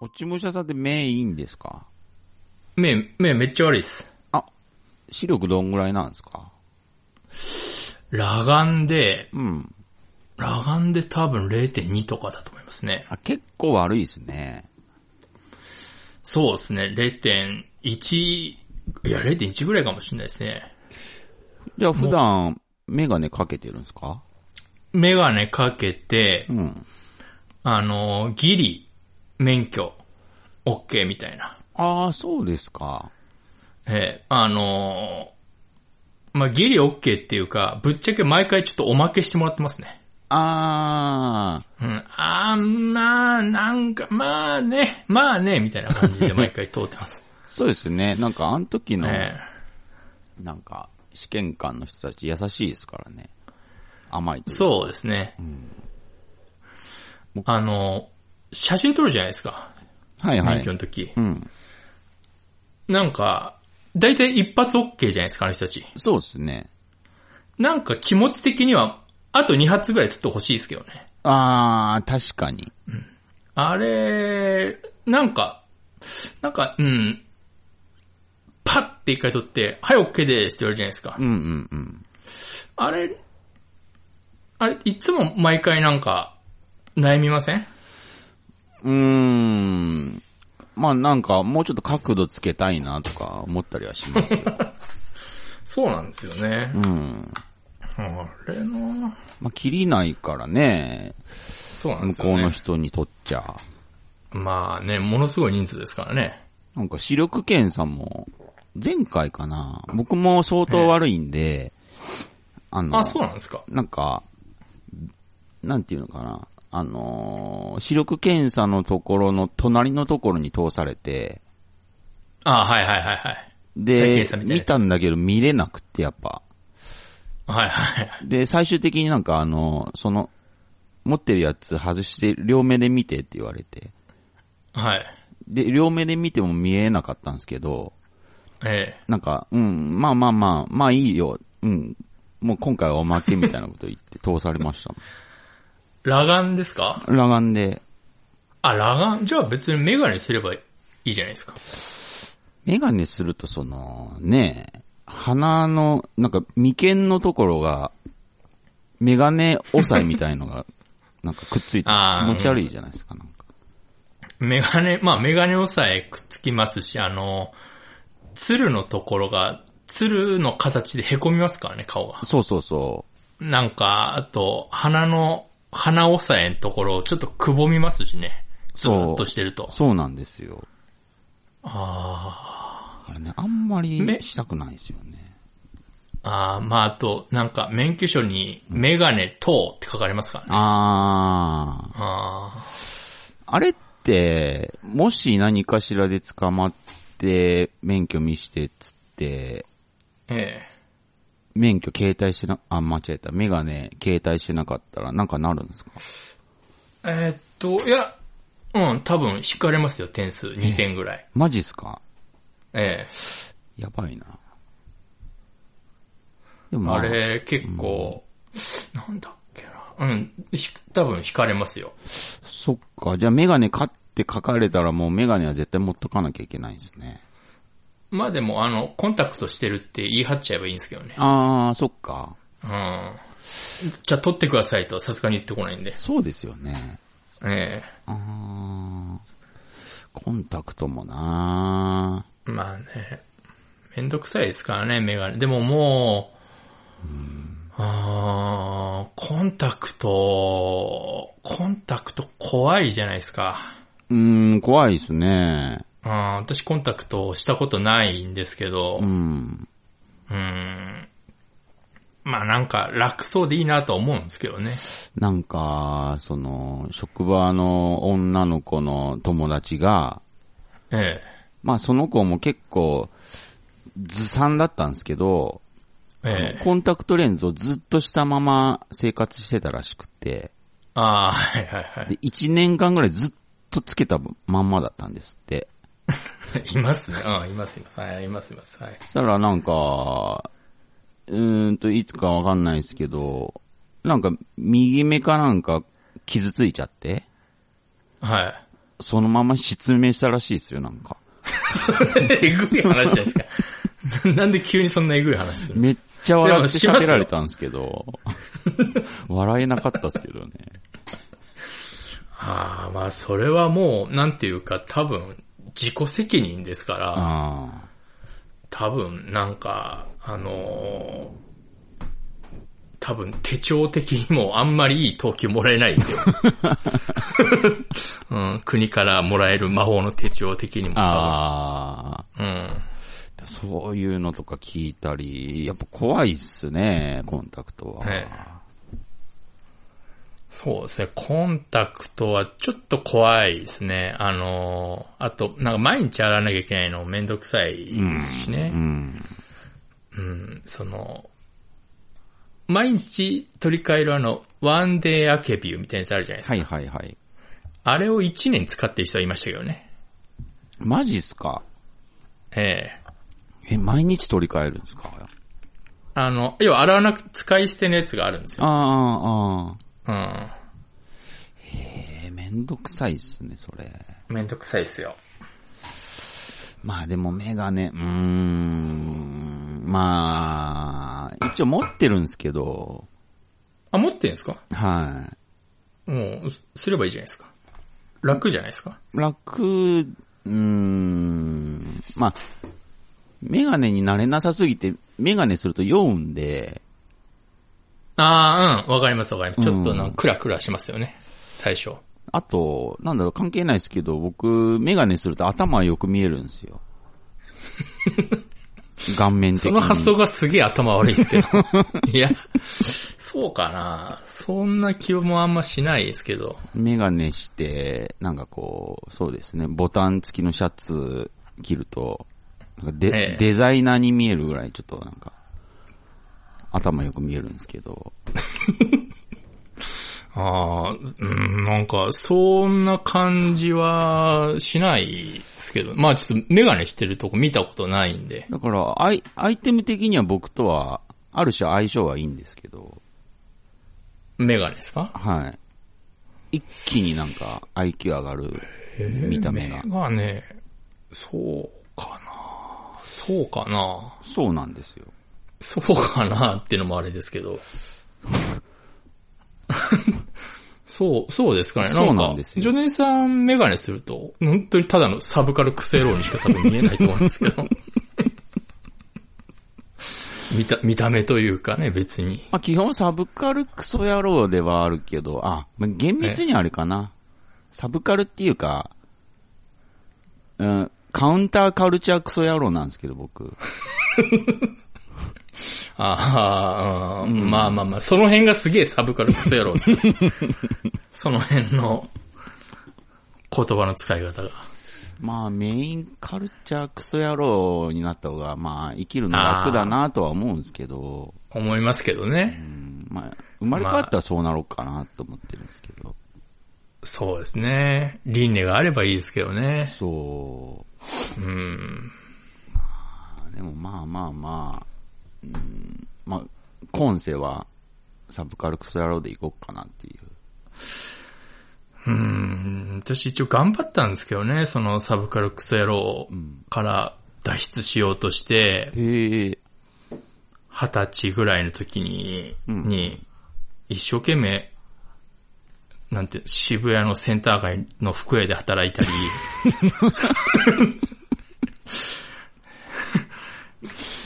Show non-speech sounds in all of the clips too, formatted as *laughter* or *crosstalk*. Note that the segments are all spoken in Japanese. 事務所さんって目いいんですか目、目めっちゃ悪いっす。視力どんぐらいなんですか裸眼で、うん。裸眼で多分0.2とかだと思いますね。あ結構悪いですね。そうですね、0.1、いや、0.1ぐらいかもしれないですね。じゃあ普段、メガネかけてるんですかメガネかけてう、ん。あの、ギリ、免許、OK みたいな。ああ、そうですか。ええあのーまあ、ギリ OK っていうか、ぶっちゃけ毎回ちょっとおまけしてもらってますね。ああ、うん。あー、まあ、なんか、まあね、まあね、みたいな感じで毎回通ってます。そうですね。なん *laughs* かあの時の、えなんか、試験官の人たち優しいですからね。甘いとえいうかそうですね。あのー写真撮るじゃないですか。はいは免い許。の時。うん。なんか、だいたい一発 OK じゃないですか、あの人たち。そうですね。なんか気持ち的には、あと2発ぐらい撮ってほしいですけどね。ああ、確かに。あれ、なんか、なんか、うん。パッって一回撮って、はい、OK ですって言われるじゃないですか。うんうんうん。あれ、あれ、いつも毎回なんか、悩みませんうーん。まあなんか、もうちょっと角度つけたいなとか思ったりはしますよ。 *laughs* そうなんですよね。うん。あれなまあ、切りないからね。そうなんで向すこようのね。人にとっちゃ。まあね、ものすごい人数ですからね。なんか視力検査も、前回かな。僕も相当悪いんで、あの、あ、そうなんですか。なんか、なんていうのかな。あのー視力検査のところの隣のところに通されて、あ、はいはいはいはい。再で検査、みたいなやつ見たんだけど見れなくってやっぱ。はいはい。で、最終的になんかあの、その、持ってるやつ外して両目で見てって言われて。はい。で、両目で見ても見えなかったんですけど、えなんか、うん、まあまあまあ、まあいいよ、うん、もう今回はおまけみたいなこと言って *laughs* 通されました。え。裸眼ですか裸眼で、あ、裸眼じゃあ別にメガネすればいいじゃないですか。メガネするとその、ねえ、鼻の、なんか眉間のところが、メガネ押さえみたいのが、なんかくっついて、 *laughs* あ気ー持ち悪いじゃないですか、なんか。メガネ、まあメガネをさえくっつきますし、あの、鶴のところが、鶴の形で凹みますからね、顔が。そうそうそなんか、あと、鼻の、鼻押さえのところ、ちょっとくぼみますしね。ずそうーっとしてるとう。。そうなんですよ。ああれね、あんまりめしたくないですよね。ーあー、まああと、なんか、免許証に、メガネ等って書かれますからね。あー。ああれって、もし何かしらで捕まって、免許見してっつって、ーえ免許携帯してな、あ、間違えた。メガネ携帯してなかったらなんかなるんですかえ。えーっと、いや、うん、多分、引かれますよ、点数。2点ぐらい。マジっすかええやばいな。でも、あ、れ、結構、なんだっけな。うん、ひ多分引かれますよ。そっか。じゃあメガネ買って書かれたらもうメガネは絶対持っとかなきゃいけないんですね。まあでも、あの、コンタクトしてるって言い張っちゃえばいいんですけどね。あー、そっか。うん。じゃあ取ってくださいとはさすがに言ってこないんで。そうですよね。えあー。コンタクトもなえまあね。めんどくさいですからね、メガネ。でももう、あーコンタクト、コンタクト怖いじゃないですか。うーん、怖いですね。うん私コンタクトしたことないんですけど、うん。うんまあなんか楽そうでいいなとは思うんですけどね。なんか、その、職場の女の子の友達が、えまあその子も結構、ずさんだったんですけど、え。ええ。コンタクトレンズをずっとしたまま生活してたらしくて、ああ、はいはいはい。で、1年間ぐらいずっとつけたまんまだったんですって。いますね。うん、いますいます。はい、いますいます。はい。そしたらなんか、うーんと、いつかわかんないですけど、なんか、右目かなんか傷ついちゃって、はい。そのまま失明したらしいですよ、なんか。 *laughs* えぐい話じゃないですか。な *laughs* なんで急にそんなえぐい話するのめっちゃ笑でっもてしますよ喋られたんですけど、笑えなかったですけどね。ああ、まあそれはもう、なんていうか多分、自己責任ですから、 *laughs* あ多分なんか、あのー多分手帳的にもあんまりいい投球もらえない *laughs* ですよ。うん、国からもらえる魔法の手帳的にもあ。ああ。多分うん。そういうのとか聞いたり、やっぱ怖いっすね、コンタクトは。えそうですね。コンタクトはちょっと怖いですね。あのーあと、なんか毎日洗わなきゃいけないのめんどくさいですしうね。ん。うん、その、毎日取り替えるあの、ワンデーアケビューみたいなやつあるじゃないですか。はいはいはい。あれを1年使ってる人はいましたけどね。マジっすかえええ、毎日取り替えるんですかあの、要は洗わなく、使い捨てのやつがあるんですよ。ああ、ああ。うん。えー、めんどくさいっすね、それ。めんどくさいですよ。まあでもメガネ、うーん。まあ、一応持ってるんですけど、あ、持ってるんですかはい。もう、すればいいじゃないですか。楽じゃないですか。楽、うーん、まあ、メガネになれなさすぎて、メガネすると酔うんで、ああ、うん、わかりますわかります。ちょっとなうんんかクラクラしますよね。最初。あと、なんだろう、関係ないですけど、僕、メガネすると頭よく見えるんですよ。顔面的そに。の発想がすげえ頭悪いですけど。 *laughs* いや、そうかな。そんな気もあんましないですけど。メガネして、なんかこう、そうですね、ボタン付きのシャツ着ると、なんかデええデザイナーに見えるぐらい、ちょっとなんか、頭よく見えるんですけど。ああ、うん、なんか、そんな感じはしないですけど。まあちょっとメガネしてるとこ見たことないんで。だから、アイ、アイテム的には僕とは、ある種相性はいいんですけど、メガネですかはい。一気になんか IQ 上がる見た目が。メガネ、そうかな。そうかな。そうなんですよ。そうかなっていうのもあれですけど。 *laughs* そう、そうですかね。そうなんですよジョネさんメガネすると、本当にただのサブカルクセローにしか多分見えないと思うんですけど。 *laughs* 見た、見た目というかね、別に。まあ基本サブカルクソ野郎ではあるけど、あ、まあ、厳密にあれかな。サブカルっていうか、うん、カウンターカルチャークソ野郎なんですけど、僕。ああ、うんまあまあまあ、その辺がすげえサブカルクソ野郎ですね。 *laughs* その辺の言葉の使い方が。まあメインカルチャークソ野郎になった方が、まあ生きるの楽だなとは思うんですけど、思いますけどね。うんまあ生まれ変わったらそうなろうかなと思ってるんですけど。そうですね。輪廻があればいいですけどね。そう。うん。でもまあまあまあ、うん、まあ、今世はサブカルクソ野郎で行こうかなっていう。うん。私一応頑張ったんですけどね、そのサブカルクソ野郎んから脱出しようとして、へえ。二十歳ぐらいの時に、うんに、一生懸命、なんて、渋谷のセンター街の服屋で働いたり、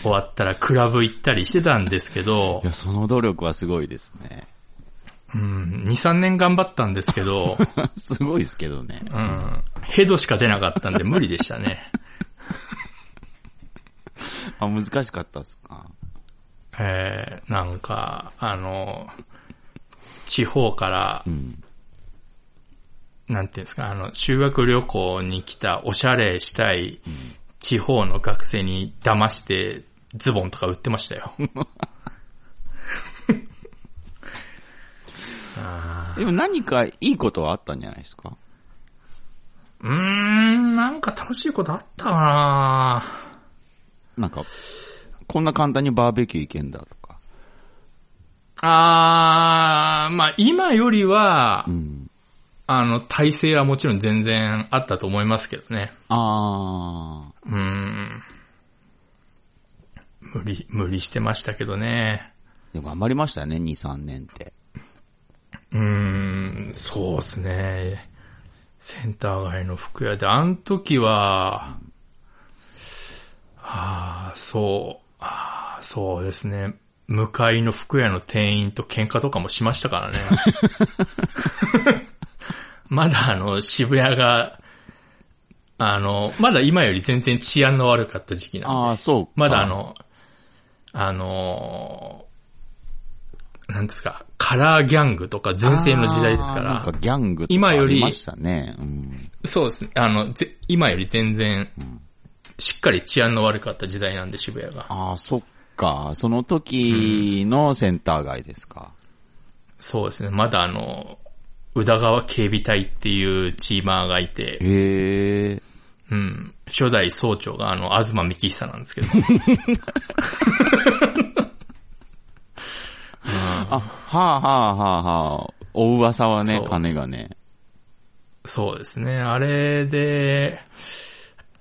終わったらクラブ行ったりしてたんですけどい、や、その努力はすごいですね。 *laughs* うん、2、3年頑張ったんですけど、すごいですけどね。うん、ヘドしか出なかったんで無理でしたね。 *laughs* あ、難しかったっすか。えー、なんか、あの、地方からう、ん。なんていうんですか、あの、修学旅行に来たおしゃれしたい地方の学生に騙してズボンとか売ってましたよ。あでも何かいいことはあったんじゃないですかーうーん、なんか楽しいことあったかななんか、こんな簡単にバーベキュー行けんだとか。あー、まあ今よりはう、ん。あの、体制はもちろん全然あったと思いますけどね。あうーん。無理、無理してましたけどね。ー。でも頑張りましたね、2、3年って。うーん、そうですね。センター街の服屋で、あの時は、ああ、そう、ああ、そうですね。向かいの服屋の店員と喧嘩とかもしましたからね。まだあの、渋谷が、あの、まだ今より全然治安の悪かった時期なんで。ああ、そうか。まだあの、あのーなんですか、カラーギャングとか前世の時代ですかあーなんら、かギャングとか今よりあましたね。うん。そうですね、あの、ぜ今より全然、しっかり治安の悪かった時代なんで渋谷が。ああ、そっか。その時のセンター街ですか。そうですね、まだあの、宇田川警備隊っていうチーマーがいて、へえ。うん、初代総長があの、東幹久なんですけど、あ、はあはあはあはあ。お噂はねそ、う金がね。そうですね。あれで、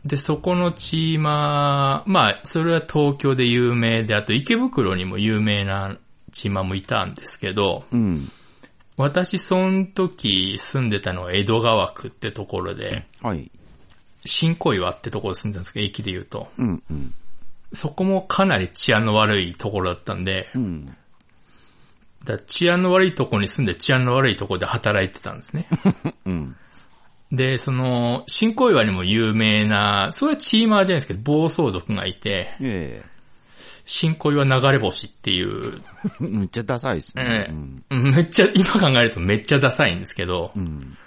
で、そこのチーマー、まあ、それは東京で有名で、あと池袋にも有名なチーマーもいたんですけど、うん。私、その時住んでたのは江戸川区ってところで、はい。新小岩ってところ住んでたんですけど、駅で言うと。うん、うん。そこもかなり治安の悪いところだったんでう、ん。だから治安の悪いところに住んで治安の悪いところで働いてたんですね。うん。で、その、新小岩にも有名な、それはチーマーじゃないですけど、暴走族がいて、え新小岩流れ星っていう、え。めっちゃダサいですね。ええうん。めっちゃ、今考えるとめっちゃダサいんですけど、うん。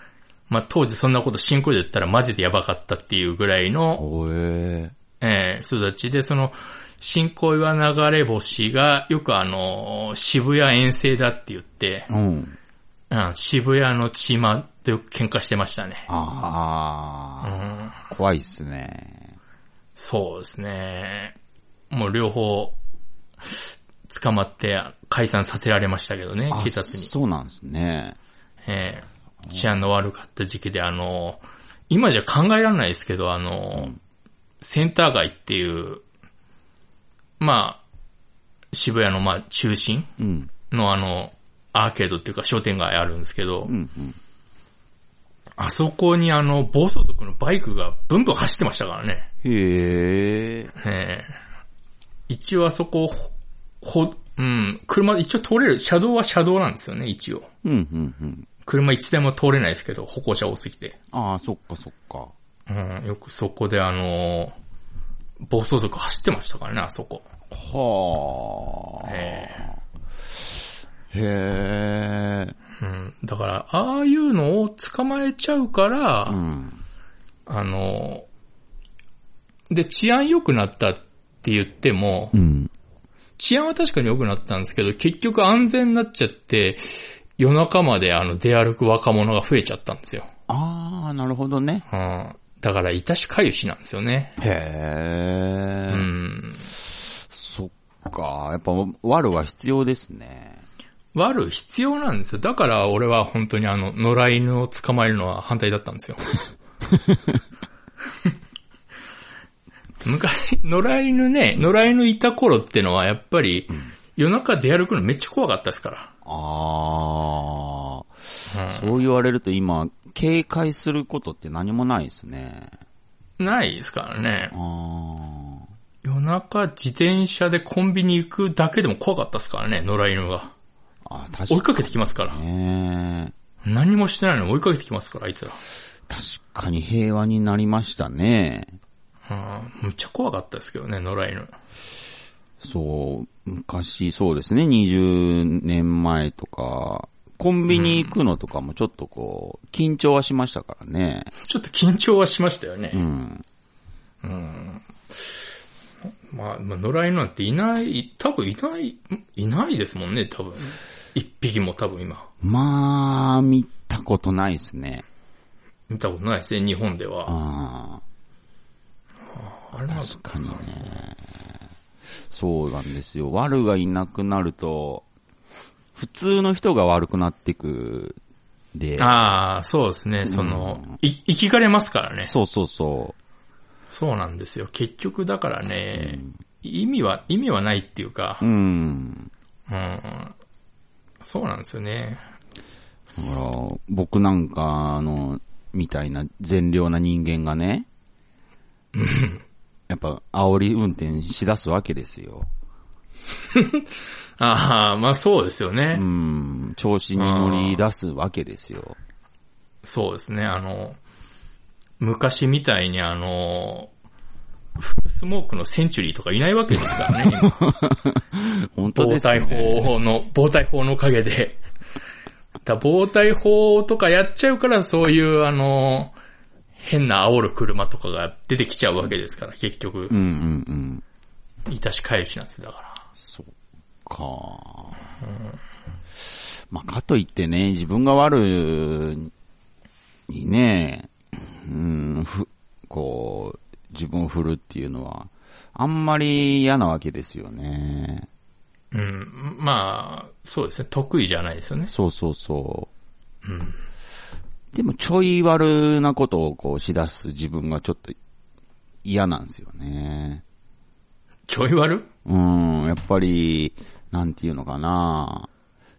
まあ当時そんなこと新小岩で言ったらマジでやばかったっていうぐらいの、おえ。えー人たちで、その、新小岩流れ星が、よくあの、渋谷遠征だって言って、うん。うん、渋谷のチーマーとよく喧嘩してましたね。あうあ、ん怖いっすね。そうですね。もう両方、捕まって解散させられましたけどねあ、警察に。そうなんですね。ええ治安の悪かった時期で、あの、今じゃ考えられないですけど、あの、センター街っていう、まあ、渋谷のまあ中心うん。のあの、アーケードっていうか商店街あるんですけど、うん、うん。あそこにあの、暴走族のバイクがブンブン走ってましたからね。へえ。ええ一応あそこ、ほ、ほうん、車、一応通れる、車道は車道なんですよね、一応。うん、うん、うん。車一台も通れないですけど、歩行者多すぎて。ああ、そっかそっか。うん、よくそこであのー暴走族走ってましたからね、あそこ。はあ。えへえ。えうん、だから、ああいうのを捕まえちゃうから、うん。あのーで、治安良くなったって言ってもう、ん。治安は確かに良くなったんですけど、結局安全になっちゃって、夜中まであの出歩く若者が増えちゃったんですよ。ああ、なるほどね。うん。だから、いたしかゆしなんですよね。へえ、うん。そっか。やっぱ、悪は必要ですね。悪必要なんですよ。だから、俺は本当にあの、野良犬を捕まえるのは反対だったんですよ。昔、野良犬ね、野良犬いた頃ってのは、やっぱり、夜中出歩くのめっちゃ怖かったですかああ。ら。うんそう言われると今、警戒することって何もないですね。ないですからねあ。あ。夜中自転車でコンビニ行くだけでも怖かったですからね、野良犬は。あー確か追にいかけてきますから。ね。何もしてないのに追いかけてきますから、あいつら。確かに平和になりましたね。うん、むっちゃ怖かったですけどね、野良犬。そう、昔そうですね、20年前とか、コンビニ行くのとかもちょっとこう、緊張はしましたからね。ちょっと緊張はしましたようね。ん。まあ、まあ、野良犬なんていない、多分いない、いないですもんね、多分。一匹も多分今。まあ、見たことないですね。見たことないですね、日本では。ああれなんかあ、確かにね。そうなんですよ。悪がいなくなると、普通の人が悪くなってくで、ああ、そうですね、その、い、生きがれますからね。そうそうそそうなんですよ。結局だからね、うん意味は、意味はないっていうかう。う、ん。うん、そうなんですよね。だから、僕なんか、あの、みたいな善良な人間がね、やっぱ、煽り運転しだすわけですよ。ああ、まあそうですよね。うん、調子に乗り出すわけですよ。そうですね、あの、昔みたいにあの、フルスモークのセンチュリーとかいないわけで *laughs* すからね、今本当防ですね。体法の、防体法のおかげで。だ防体法とかやっちゃうから、そういうあの、変な煽る車とかが出てきちゃうわけですから、結局うん、うんうん。いたし返しなんです、だから。そっか、まあ、かといってね、自分が悪にね、うん、ふ、こう、自分を振るっていうのは、あんまり嫌なわけですよね。うん、まあ、そうですね、得意じゃないですよね。そうそうそう。うん。でも、ちょい悪なことをこう、しだす自分がちょっと嫌なんですよね。ちょい悪うん、やっぱり、なんていうのかな。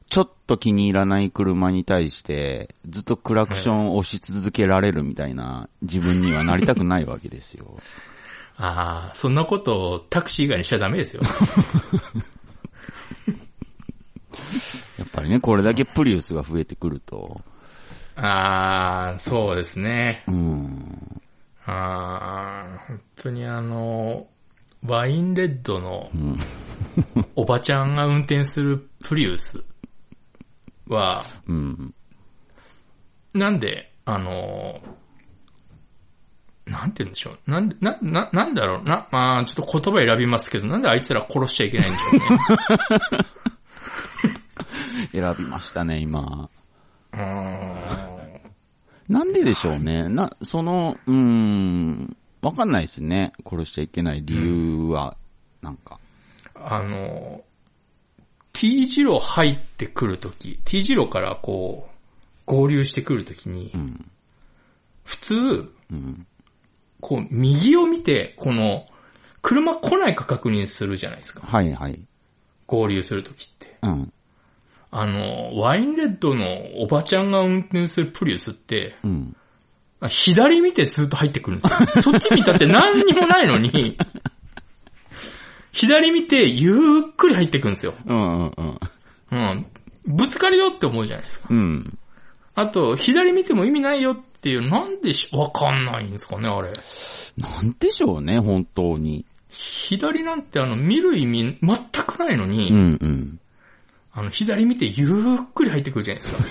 ちょっと気に入らない車に対して、ずっとクラクションを押し続けられるみたいな自分にはなりたくないわけですよ。 *laughs* ああ、そんなことをタクシー以外にしちゃダメ *laughs* ですよ。やっぱりね、これだけプリウスが増えてくると。ああ、そうですね。うん。ああ、本当にあの、ワインレッドのん *laughs* おばちゃんが運転するプリウスは、うん。なんで、あの、なんて言うんでしょう。なんで、な、な、なんだろうな。まあ、ちょっと言葉選びますけど、なんであいつら殺しちゃいけないんでしょう *laughs* ね。選びましたね、今。うーんなんででしょうね。な、その、うん、わかんないですね。殺しちゃいけない理由は、なんか。あの、T 字路入ってくるとき、T 字路からこう、合流してくるときに、ん普通、うん。こう、右を見て、この、車来ないか確認するじゃないですか。はいはい。合流するときって。うん。あの、ワインレッドのおばちゃんが運転するプリウスって、うん。左見てずっと入ってくるんですよ。そっち見たって何にもないのに、左見てゆっくり入ってくるんですよ。うんうんうん。うん。ぶつかるよって思うじゃないですか。うん。あと、左見ても意味ないよっていう、なんでし、わかんないんですかね、あれ。なんでしょうね、本当に。左なんてあの、見る意味全くないのに、んうん。あの、左見てゆっくり入ってくるじゃないですか。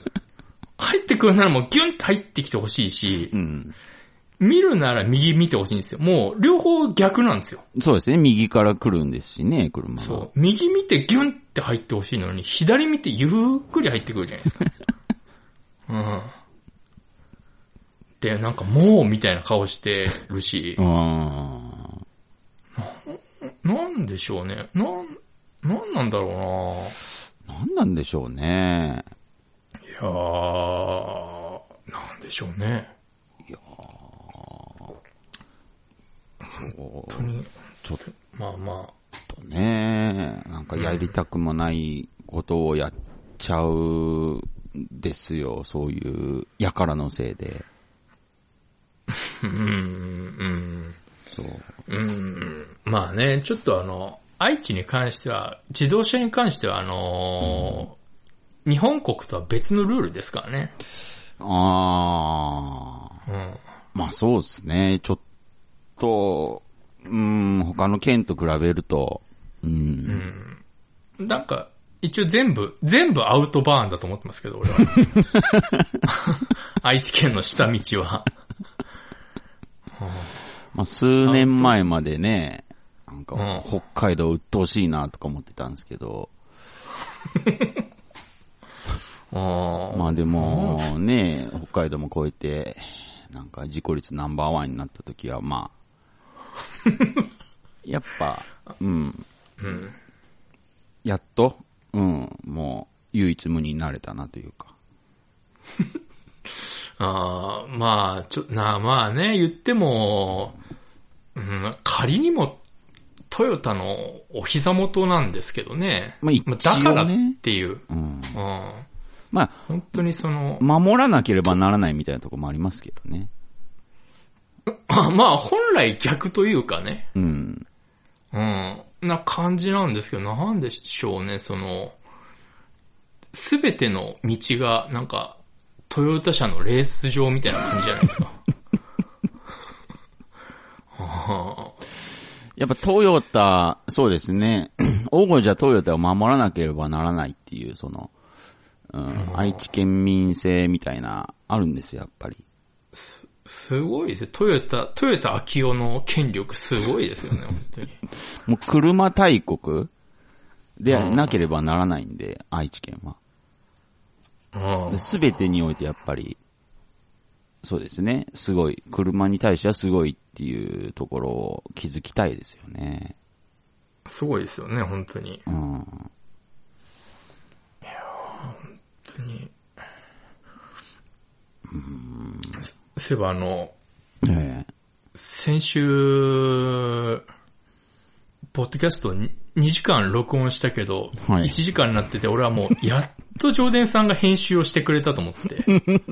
*laughs* 入ってくるならもうギュンって入ってきてほしいしう、ん。見るなら右見てほしいんですよ。もう、両方逆なんですよ。そうですね、右から来るんですしね、車が。そう。右見てギュンって入ってほしいのに、左見てゆっくり入ってくるじゃないですか。 *laughs* うん。で、なんかもうみたいな顔してるし、あーなんでしょうね。なん、なんなんだろうななんなんでしょうね。いやー、なんでしょうね。こ本当に、うちょっまあまとね、なんかやりたくもないことをやっちゃうんですよ、そういう、やからのせいで。あ、うん、うん、そう。うん、まあね、ちょっとあの、愛知に関しては、自動車に関してはあのー日本国とは別のルールですからね。あー。うん。まあそうですね、ちょっと、うん、他の県と比べると、うんなんか、一応全部、全部アウトバーンだと思ってますけど、俺は。 *laughs* 愛知県の下道は。まあ、数年前までね、なんうかん、北海道鬱陶しいなとか思ってたんですけど、ままあでも、ね、北海道も超えて、なんか事故率ナンバーワンになった時は、まあ、 *laughs* やっぱ、うん、うん。やっと、うん、もう、唯一無二になれたなというか。あーまあ、ちょ、なあまあね、言っても、うん、仮にも、トヨタのお膝元なんですけどね。まあ一応ねだからっていう。うん。うん。まあ、本当にその、 *laughs* 守らなければならないみたいなところもありますけどね。あまあ本来逆というかね、うん。うん、な感じなんですけど、なんでしょうね、その、すべての道が、なんか、トヨタ車のレース場みたいな感じじゃないですか。 *laughs* あやっぱトヨタ、そうですね。 *clears throat* 大声じゃトヨタを守らなければならないっていう、その、うん、愛知県民性みたいな、あるんですよ、やっぱり。ーすごいですね。トヨタ、トヨタ秋夫の権力すごいですよね、本当に。もう車大国でうんなければならないんで、愛知県は。うんすべてにおいてやっぱり、そうですね。すごい。車に対してはすごいっていうところを気づきたいですよね。すごいですよね、本当に。うん。本当に。そういえばあの、ええ先週、ポッドキャストに2時間録音したけど、はい1時間になってて、俺はもう、やっと上田さんが編集をしてくれたと思って。 *laughs*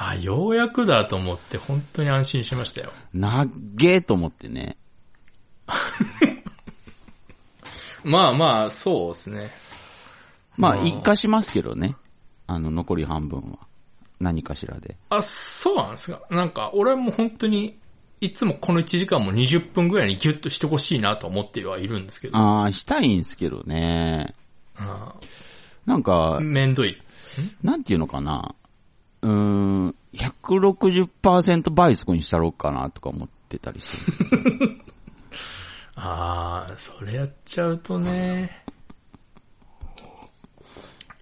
あようやくだと思って、本当に安心しましたよ。なっげーと思ってね。まあまあ、そうですね。まあ、うん一過しますけどね。あの、残り半分は。何かしらで。あ、そうなんですか。なんか、俺はもう本当に、いつもこの1時間も20分ぐらいにギュッとしてほしいなと思ってはいるんですけど、ああ、したいんすけどね。あなんかー、めんどい。なんていうのかな。うーん、160%倍速にしたろうかなとか思ってたりしてるんですよ。ああ、それやっちゃうとね。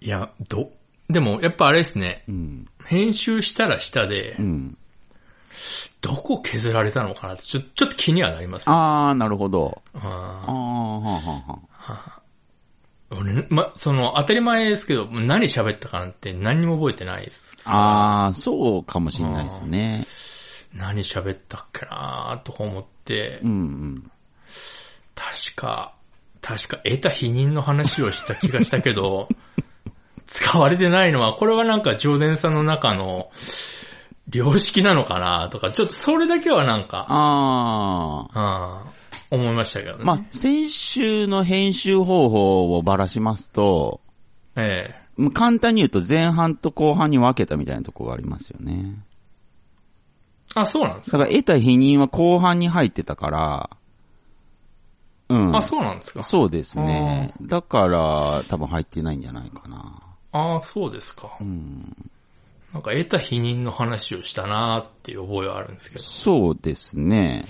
いや、ど、でもやっぱあれですね、うん。編集したらしたでう、ん。どこ削られたのかなって、ちょ、ちょっと気にはなります。ああ、なるほど。あああ、はんはんはん。ー俺、ま、その、当たり前ですけど、もう何喋ったかなんて何にも覚えてないです。ああ、そうかもしれないですね。何喋ったっけなーとか思ってう、んうん。確か、確か得た否認の話をした気がした *laughs* けど、使われてないのは、これはなんか上田さんの中の良識なのかなとか、ちょっとそれだけはなんか、ああ。うん、思いましたけどね。まあ、先週の編集方法をばらしますと、ええ。もう簡単に言うと前半と後半に分けたみたいなところがありますよね。あ、そうなんですだか。から得た否認は後半に入ってたから、うん。あ、そうなんですか。そうですね。だから、多分入ってないんじゃないかな。あそうですか。うん。なんか得た否認の話をしたなーっていう覚えはあるんですけど、そうですね。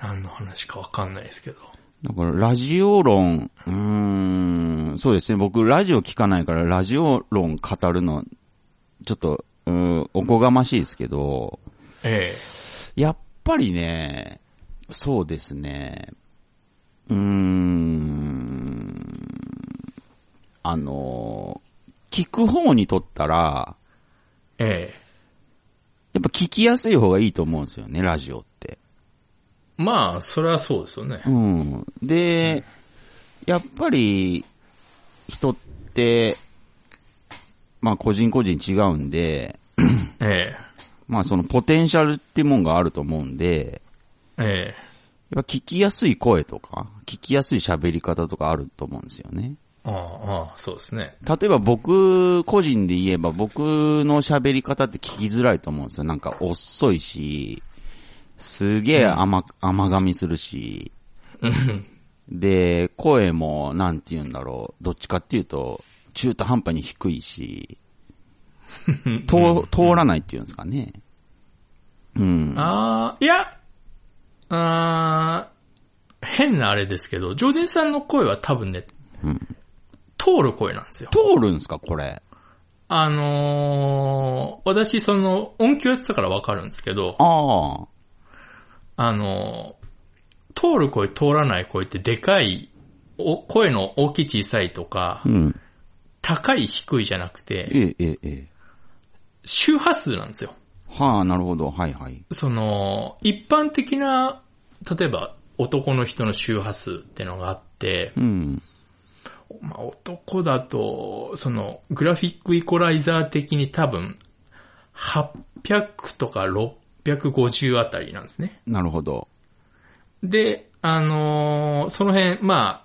何の話かわかんないですけど。だから、ラジオ論、うーん、そうですね。僕、ラジオ聞かないから、ラジオ論語るの、ちょっと、うーん、おこがましいですけど、えやっぱりね、そうですね。うーん。あの、聞く方にとったら、え。えやっぱ聞きやすい方がいいと思うんですよね、ラジオって。え。まあ、それはそうですよねう。ん。で、やっぱり、人って、まあ個人個人違うんで、えまあそのポテンシャルってもんがあると思うんで、え。ええ。やっぱ聞きやすい声とか、聞きやすい喋り方とかあると思うんですよね。ああ、ああ、そうですね。例えば僕、個人で言えば僕の喋り方って聞きづらいと思うんですよ。なんか遅いし、すげえ甘、甘噛みするし、うん。で、声も、なんて言うんだろう、どっちかっていうと、中途半端に低いし、 *laughs* 通、通らないっていうんですかね。うん。あーいや、あー変なあれですけど、ジョーデンさんの声は多分ね、うん通る声なんですよ。通るんですか、これ。あのー私その音響やってたからわかるんですけど、ああ。あのー通る声、通らない声ってでかい、お声の大きい小さいとかう、ん。高い低いじゃなくて、ええ、ええ、ええ。周波数なんですよ。はあ、なるほど。はい、はい。その、一般的な、例えば男の人の周波数ってのがあって、うん。まあ、男だと、その、グラフィックイコライザー的に多分、800とか650あたりなんですね。なるほど。で、あのーその辺、まあ、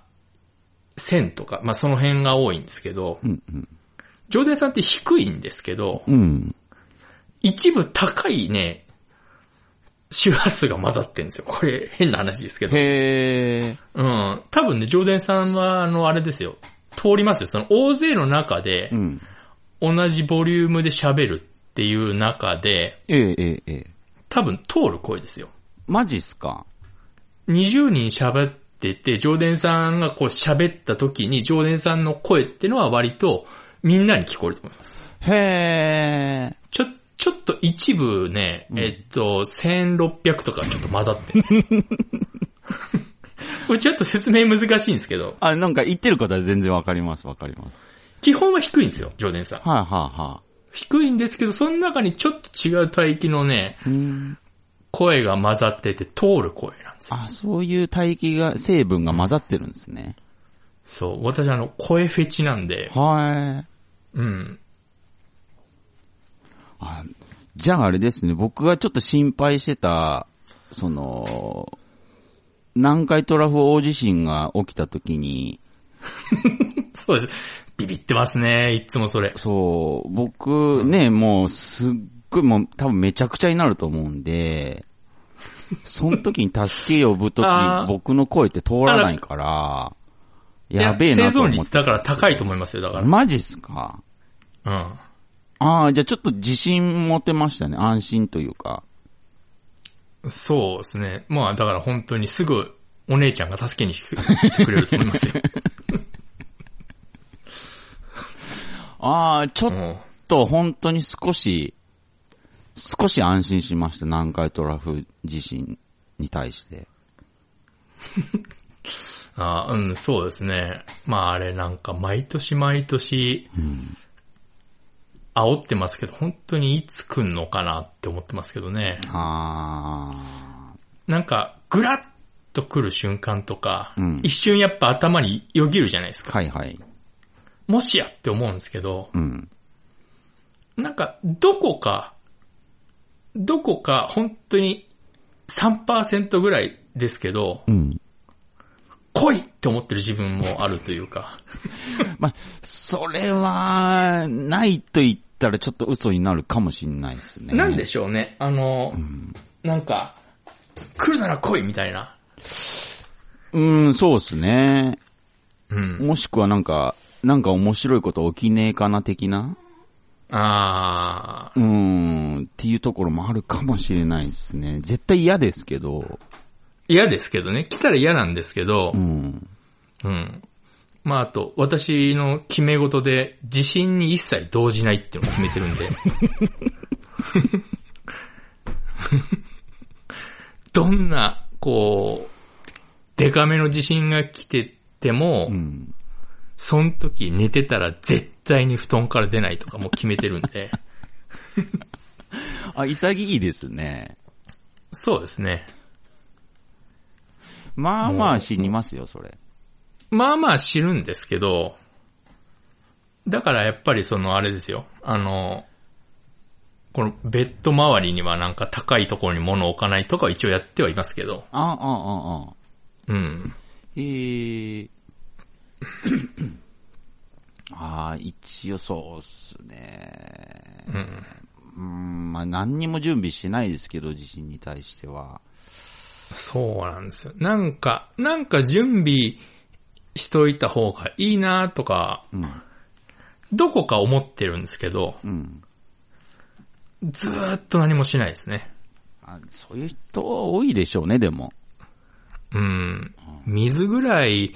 1000とか、まあその辺が多いんですけど、うん、うん。ジョーデンさんって低いんですけど、うん。一部高いね、周波数が混ざってるんですよ。これ変な話ですけど。へえ。うん。多分ね、ジョーデンさんは、あの、あれですよ。通りますよ。その、大勢の中でう、ん。同じボリュームで喋るっていう中で、ええ、ええ、ええ。多分通る声ですよ。マジっすか20人喋ってて、常連さんがこう喋った時に、常連さんの声ってのは割とみんなに聞こえると思います。へえ。ちょ、ちょっと一部ね、えっと、1600とかちょっと混ざってるんですよ。これちょっと説明難しいんですけど、あ、なんか言ってることは全然わかります、わかります。基本は低いんですよ、常連さん。はい、はい、は低いんですけど、その中にちょっと違う帯域のね、い。うん。声が混ざってて通る声なんですよ。あ、そういう帯域が、成分が混ざってるんですね。そう、私あの、声フェチなんで、はい。うん。あじゃああれですね、僕がちょっと心配してた、その、南海トラフ大地震が起きた時に、そうです。ビビってますね、いつもそれ。そう、僕ね、もうすっごいもう多分めちゃくちゃになると思うんで、その時に助け呼ぶ時あー僕の声って通らないから、やべえいなと生存思っ率て。だから高いと思いますよ、だか。マジっすからうん。ああ、じゃあちょっと自信持てましたね。安心というか。そうですね。まあ、だから本当にすぐお姉ちゃんが助けに来てくれると思 *laughs* いますよ。ああ、ちょっともちょっと本当に少し、少し安心しました。南海トラフ地震に対して。うあうん、そうですね。まあ、あれなんか毎年毎年、ん煽ってますけど、本当にいつ来んのかなって思ってますけどね。あなんか、ぐらっと来る瞬間とか、うん一瞬やっぱ頭によぎるじゃないですー。か。はいはい。もしやって思うんですけど、うん。なんか、どこか、どこか本当に3%ぐらいですけど、うん。来いって思ってる自分もあるというか。まあ、それは、ないと言ったらちょっと嘘になるかもしんないですね。なんでしょうね。あの、なんか、来るなら来いみたいな。うん、そうですね。うん。もしくはなんか、なんか面白いこと起きねえかな的なあーうーん、っていうところもあるかもしれないですね。絶対嫌ですけど。嫌ですけどね。来たら嫌なんですけどう、ん。うん。まああと、私の決め事で、地震に一切動じないっていうのを決めてるんで。 *laughs* どんな、こう、デカめの地震が来てても、うん。その時寝てたら絶対に布団から出ないとかもう決めてるんで。あ、潔いですね。そうですね。まあまあ死にますよ、それ。まあまあ知るんですけど、だからやっぱりそのあれですよ。あの、このベッド周りにはなんか高いところに物を置かないとかは一応やってはいますけど、あ、あ、あ、あ。うん。え *clears throat* ー。ああ、一応そうっすね。うん。うん、まあ何にも準備してないですけど、地震に対しては。そうなんですよ。なんか、なんか準備しといた方がいいなとか、うん。どこか思ってるんですけど、うん。ずーっと何もしないですね。あそういう人は多いでしょうね、でも。うん。水ぐらい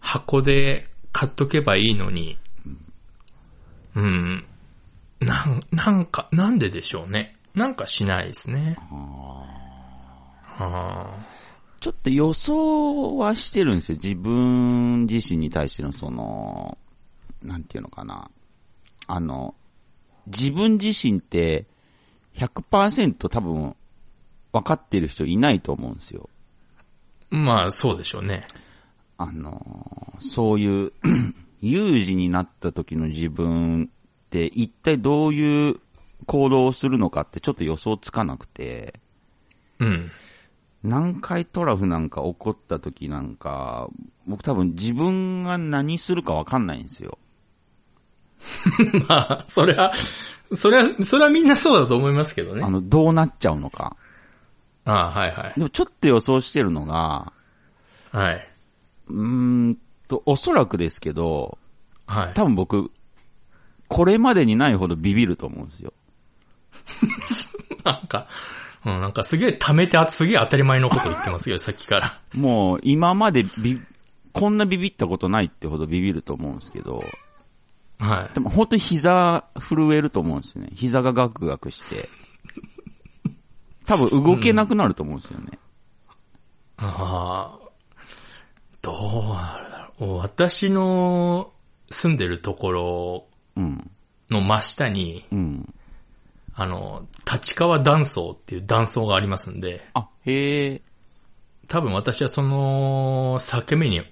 箱で買っとけばいいのに、うん。なん、なんか、なんででしょうね。なんかしないですね。あちょっと予想はしてるんですよ。自分自身に対してのその、なんていうのかな。あの、自分自身って100%多分分かってる人いないと思うんですよ。まあ、そうでしょうね。あの、そういう *clears throat* 有事になった時の自分って一体どういう行動をするのかってちょっと予想つかなくて。うん。南海トラフなんか起こった時なんか、僕多分自分が何するかわかんないんですよ。 *laughs* まあ、それは、それは、それはみんなそうだと思いますけどね。あの、どうなっちゃうのか。ああはいはい。でもちょっと予想してるのが、はい。うーんと、おそらくですけど、はい。多分僕、これまでにないほどビビると思うんですよ。なんか、うん、なんかすげえ溜めて、あすげえ当たり前のこと言ってますけど、さっきから。もう今までビ、こんなビビったことないってほどビビると思うんですけど、はでも本当に膝震えると思うんですね。膝がガクガクして。多分動けなくなると思うんですよね。い。ああ、どうなるだろう。私の住んでるところうん。の真下に、うん。あの、立川断層っていう断層がありますんで、あ、へえ。多分私はその、裂け目に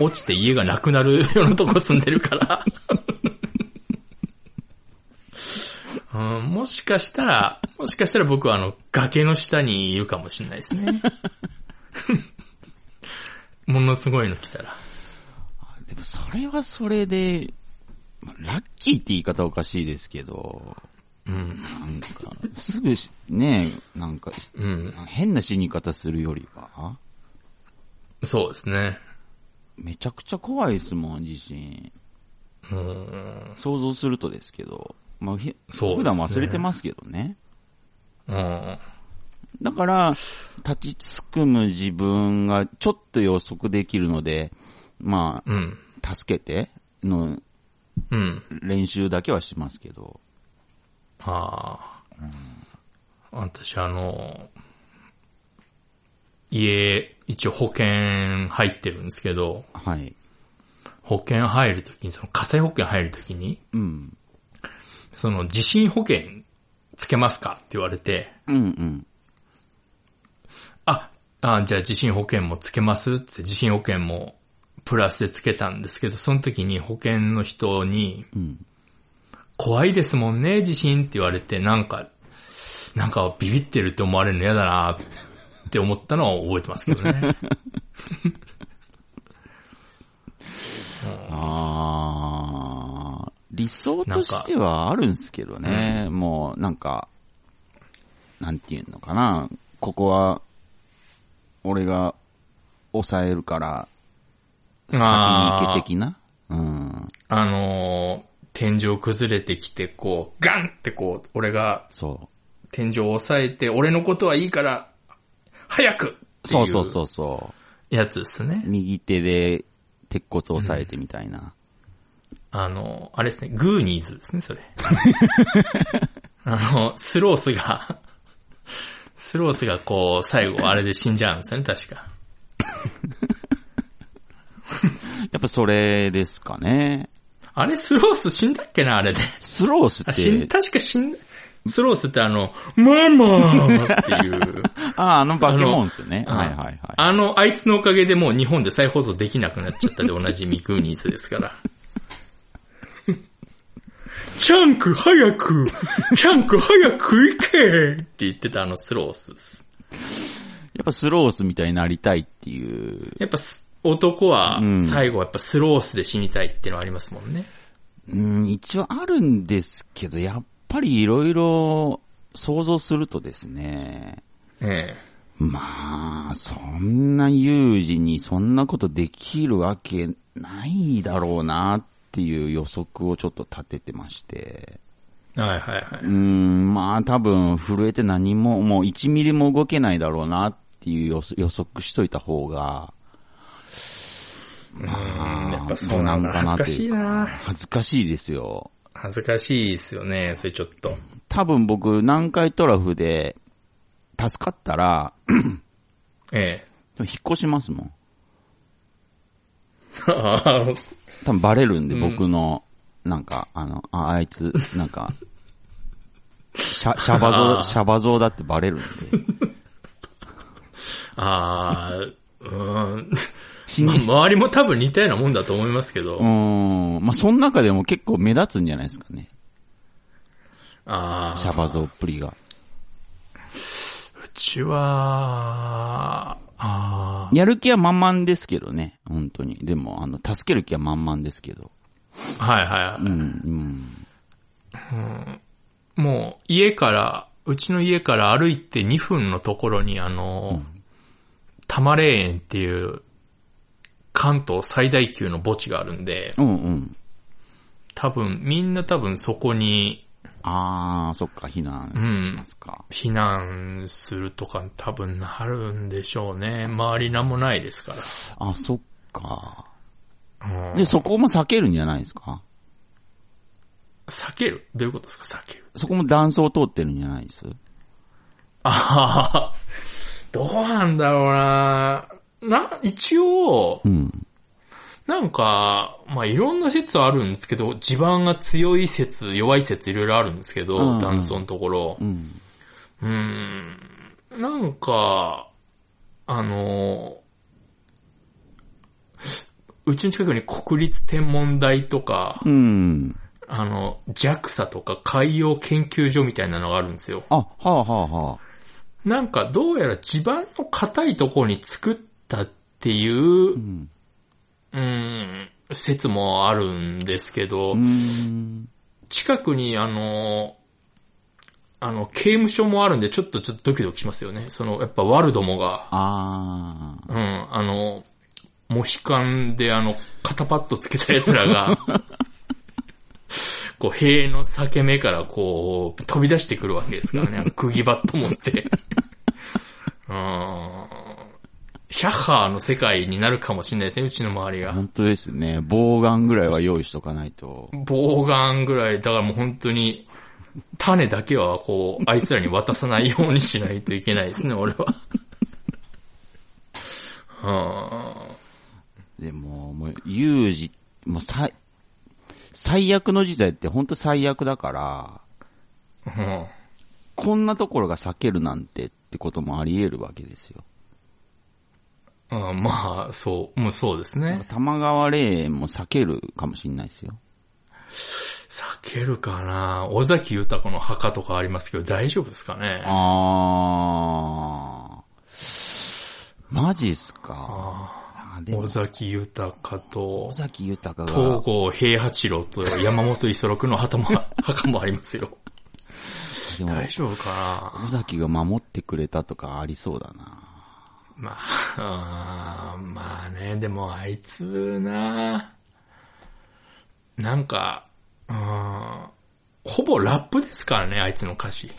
落ちて家がなくなるようなとこ住んでるから。 *laughs* うん、もしかしたら、もしかしたら僕はあの、崖の下にいるかもしれないですね。ものすごいの来たら。でもそれはそれで、まあラッキーって言い方おかしいですけど、うん。なんか、すぐし、ねえ、なんか、うん。変な死に方するよりは、そうですね。めちゃくちゃ怖いですもん、自身。うん。想像するとですけど。まあ、ひそうですね普段忘れてますけどね。うん。だから、立ちつくむ自分がちょっと予測できるので、まうん。あ、助けてのうん。練習だけはしますけど。ああ。私あの、家、一応保険入ってるんですけど、はい。保険入るときに、その火災保険入るときに、うん。その地震保険つけますかって言われて、うんうん。あ、あじゃあ地震保険もつけますって地震保険もプラスでつけたんですけど、その時に保険の人に、うん。怖いですもんね、地震って言われて、なんか、なんかビビってるって思われるの嫌だなって思ったのは覚えてますけど *laughs* ね。あー理想としてはあるんですけどね、もうなんか、なんていうのかな、ここは、俺が抑えるから、先に行け的なうん。あのー天井崩れてきて、こう、ガンってこう、俺がそ天井を押さえて、俺のことはいいから、早く。う。そうそうそううそやつですう。ね。右手で鉄骨を押さえてみたいな。あの、あれですね、グーニーズです *laughs* ね、それ。あの、スロースが、スロースがこう、最後、あれで死んじゃうんですよね、確か。やっぱそれですかね。あれ、スロース死んだっけな、あれで。スロースあ、死っん、て、確か死ん、スロースってあの、ママーって *laughs* いう、ああ、あの化け物ですよね。あのはいはいはい。あの、あいつのおかげでもう日本で再放送できなくなっちゃったでおなじみグーニーズですから。 *laughs* チャンク早くチャンク早く行けって言ってたあのスロースです。やっぱスロースみたいになりたいっていうやっぱす男はうん最後はやっぱスロースで死にたいっていうのはありますもんね。うん、一応あるんですけど、やっぱりいろいろ想像するとですね、ええ。まあ、そんな有事にそんなことできるわけないだろうなっていう予測をちょっと立ててまして。はいはいはうい。ん、まあ多分震えて何も、もう1ミリも動けないだろうなっていう予測予測しといた方が、うん、やっぱそどうなんのだ。恥ずかしいな恥ずかしいですよ。恥ずかしいですよね、それちょっと。多分僕、南海トラフで助かったら、ええ。でも引っ越しますもん。あ多分バレるんで、うん僕の、なんか、あの、あ、あいつ、なんか、シャ、シャバあー *laughs* 像、シャバ像だってバレるんで。 *laughs* あー、うーん。しんまあ、う周りも多分似たようなもんだと思いますけど。ーん。まあ、その中でも結構目立つんじゃないですかね。ああ。シャバ像っぷりが。うちは、あやる気は満々ですけどね。本当に。でも、あの、助ける気は満々ですけど。あ。はいはいはい。うん、うん。もう、家から、うちの家から歩いて2分のところに、あの、多摩霊園っていう、関東最大級の墓地があるんで、うん、うん。多分、みんな多分そこにあー、そっか、避難しますか。避難するとか多分なるんでしょうね。周りなんもないですかあ、そっか。ら。うんで、そこも避けるんじゃないですか避けるどういうことですか避けるそこも断層通ってるんじゃないですああ、どうなんだろうな。な、一応う、ん。なんか、まあ、いろんな説あるんですけど、地盤が強い説、弱い説いろいろあるんですけど、うんうん断層のところう。ん。うーん、なんか、あの、うちの近くに国立天文台とか、うん。あの、JAXA とか海洋研究所みたいなのがあるんですよ。あ、はあはあはなんかどうやら地盤の硬いところに作ったっていうあ。うう、ん。うん、説もあるんですけど、うん。近くにあの、あの、刑務所もあるんで、ちょっとちょっとドキドキしますよね。その、やっぱワルドもが、あうん、あの、モヒカンであの、肩パッとつけた奴らが、こう、塀の裂け目からこう、飛び出してくるわけですからね。あの釘バット持って。うん。ヒャッハーの世界になるかもしれないですね、うちの周りあ。が。本当ですね。防眼ぐらいは用意しとかないと。棒ガンぐらい、だからもう本当に、種だけはこう、あいつらに渡さないようにしないといけないですね、俺は。はでも、もう、有事、もう最、最悪の事態って本当最悪だから、あうんこんなところが避けるなんてってこともあり得るわけですよ。あまあ、そう、もうそうですね。玉川霊園も避けるかもしれないですよ。避けるかな尾崎豊の墓とかありますけど、大丈夫ですかねあー。マジっすか。あでも尾、崎豊と尾、崎豊が、東郷平八郎と山本五十六の墓も、墓もありますよ。でも、大丈夫かな尾崎が守ってくれたとかありそうだな。まあ、 *laughs* あーまあね、でもあいつな、なんか、うーんほぼラップですからね、あいつの歌詞。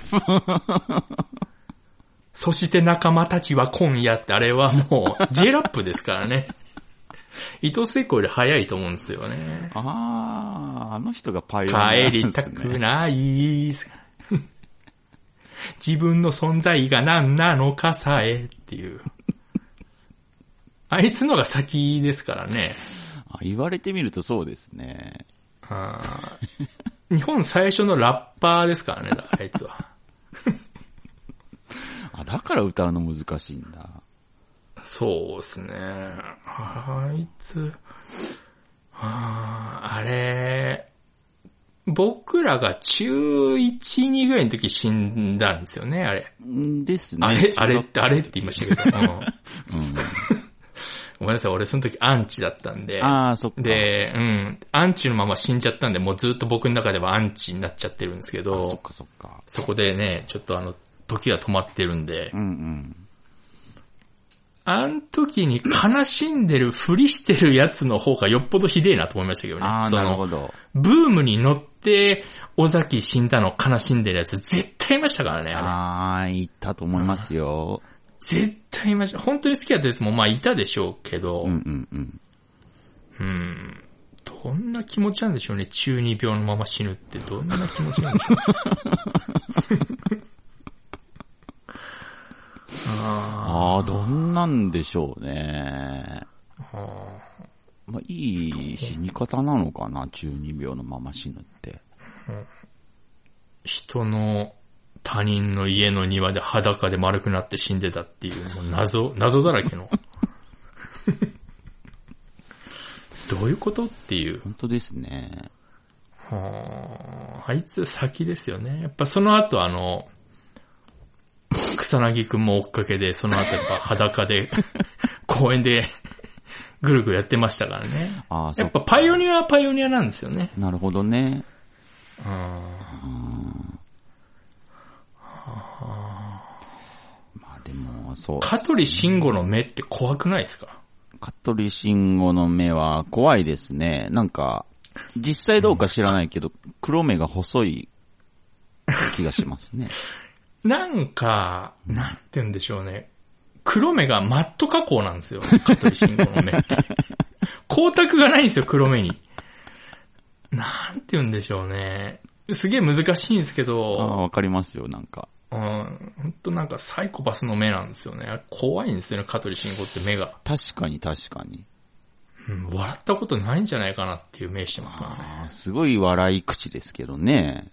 そして仲間たちは今夜ってあれはもう J ラップですからね。 *laughs* 伊藤聖子より早いと思うんですよね。あー、あの人がパイ帰りたくい。ない。 *laughs* 自分の存在が何なのかさえっていう。あいつのが先ですからね。あ言われてみるとそうですね。あー日本最初のラッパーですからね、だあいつは。あ、だから歌うの難しいんだ。そうですね。あいつ、あーあれ、僕らが中1、2ぐらいの時死んだんですよね、あれ。んですね。あれ、あれっうて、あれって言いました *laughs* けど。うんごめんなさい、俺その時アンチだったんで。あー、そっか。で、うん、アンチのまま死んじゃったんで、もうずっと僕の中ではアンチになっちゃってるんですけあそっど、かそっか。そこでね、ちょっとあの、時が止まってるんでう、んうん。あの時に悲しんでるふりしてるやつの方がよっぽどひでえなと思いましたけどね。あー、そなるのほ、ど。ブームに乗って、尾崎死んだの悲しんでるやつ絶対いましたからね、あれ。あー、言ったと思いますよ。絶対いました。本当に好きだったやつもまあいたでしょうけど、うんうんうん。うん。どんな気持ちなんでしょうね。中二病のまま死ぬってどんな気持ちなんでしょう。ああー、どんなんでしょうね。ーあまあ、いい死に方なのかな、12秒のまま死ぬって。人の他人の家の庭で裸で丸くなって死んでたっていう、もう謎、謎だらけの。 *laughs* どういうことっていう。本当ですね。はああいつ先ですよね。やっぱその後あの、草薙くんも追っかけで、その後やっぱ裸で、公園でぐるぐるやってましたからね。ああ、そやっうぱパイオニアはパイオニアなんですよね。なるほどね。うんまあでも、そう。香取慎吾の目って怖くないですか香取慎吾の目は怖いですね。なんか、実際どうか知らないけど、黒目が細い気がします *laughs* ね。なんか、なんて言うんでしょうね。黒目がマット加工なんですよ。香取慎吾の目 *laughs* って。光沢がないんですよ、黒目に。なんて言うんでしょうね。すげえ難しいんですけああど、、わかりますよ、なんか。うん、ほんとなんかサイコパスの目なんですよね。怖いんですよね、香取慎吾って目が、確かに確かに。うん。笑ったことないんじゃないかなっていう目してますからね。ああ、すごい笑い口ですけどね。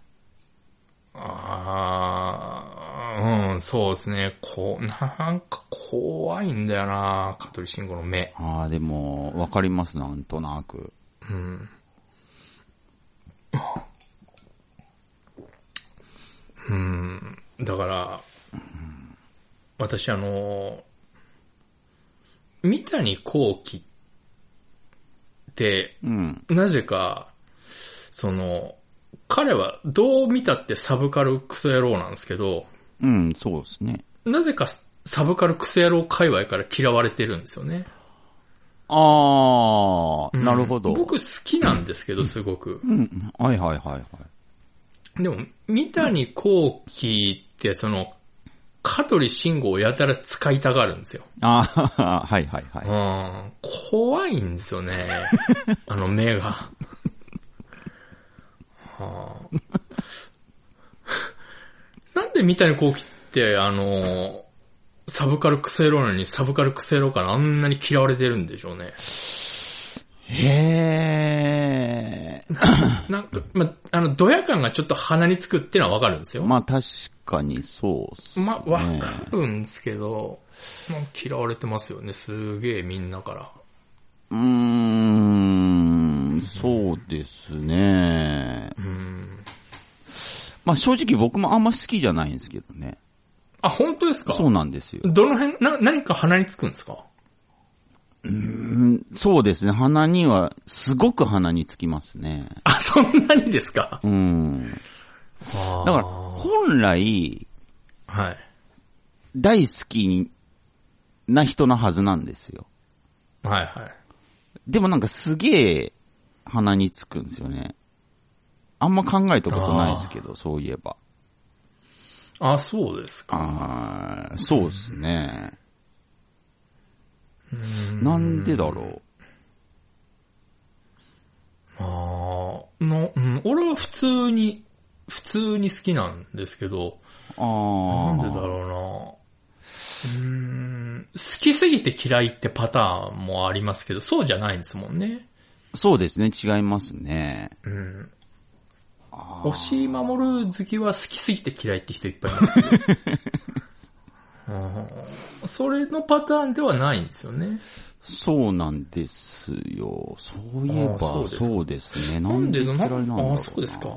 ああ、うん、そうですね。こう、なんか怖いんだよな、香取慎吾の目。ああ、でも、わかります、なんとなく。うん。うん。だから、私あの、三谷幸喜って、うん。なぜか、その、彼はどう見たってサブカルクソ野郎なんですけど、うん、そうですね。なぜかサブカルクソ野郎界隈から嫌われてるんですよね。ああ、うんなるほど。僕好きなんですけど、すごく。うん、はいはいはいはい。でも、三谷幸喜って、その、香取慎吾をやたら使いたがるんですよ。ああ、はいはいはい。うん。怖いんで *laughs* すよね。あの目が。はあなんで三谷幸喜って、あの、サブカルクセロなのにサブカルクセロからあんなに嫌われてるんでしょうね。へえ。なんか、ま、あの、ドヤ感がちょっと鼻につくってのはわかるんですよ。まあ確かにそうっすね。まあ、わかるんですけど、まあ、嫌われてますよね。すげえみんなから。うーん、そうですね。うん。まあ正直僕もあんま好きじゃないんですけどね。あ、本当ですかそうなんですよ。どの辺、な、何か鼻につくんですかうん、そうですね。鼻には、すごく鼻につきますね。あ、そんなにですかうん。だだから、本来、ら、はい。大好きな人のはずなんですよ。はいはい。でもなんかすげえ鼻につくんですよね。あんま考えたことないですけど、そういえば。あ、そうですか。あーそうですね。なんでだろあーの、うん、俺は普通に、普通に好きなんですけど、う。あなあ。んでだろうなうーん、好きすぎて嫌いってパターンもありますけど、そうじゃないんですもんね。そうですね、違いますね。うん。押井守好きは好きすぎて嫌いって人いっぱいいますけど。 *laughs* うんそれのパターンではないんですよね。そうなんですよ。そういえあーば、そそううですでかすね。なんで嫌いなんだろうななんであーそうですか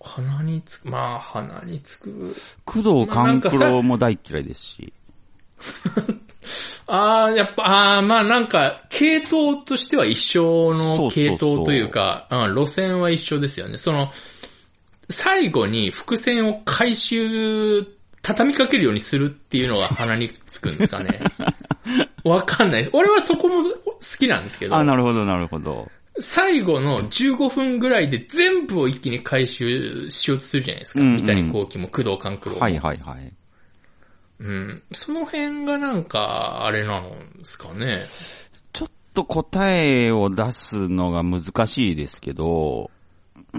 鼻につく、まあ鼻につく。工藤官九郎も大嫌いですし。ああ、やっぱ、ああー、まあなんか、系統としては一緒そうのそうそ系う統というか、うん路線は一緒ですよね。その、最後に伏線を回収、畳みかけるようにするっていうのが鼻につくんですか *laughs* ね。わかんないです。俺はそこも好きなんですけどあ、、なるほど、なるほど。最後の15分ぐらいで全部を一気に回収しようとするじゃないですか。うんうん三谷幸喜も工藤官九郎も。はいはいはい。うん。その辺がなんか、あれなんですかね。ちょっと答えを出すのが難しいですけど、うー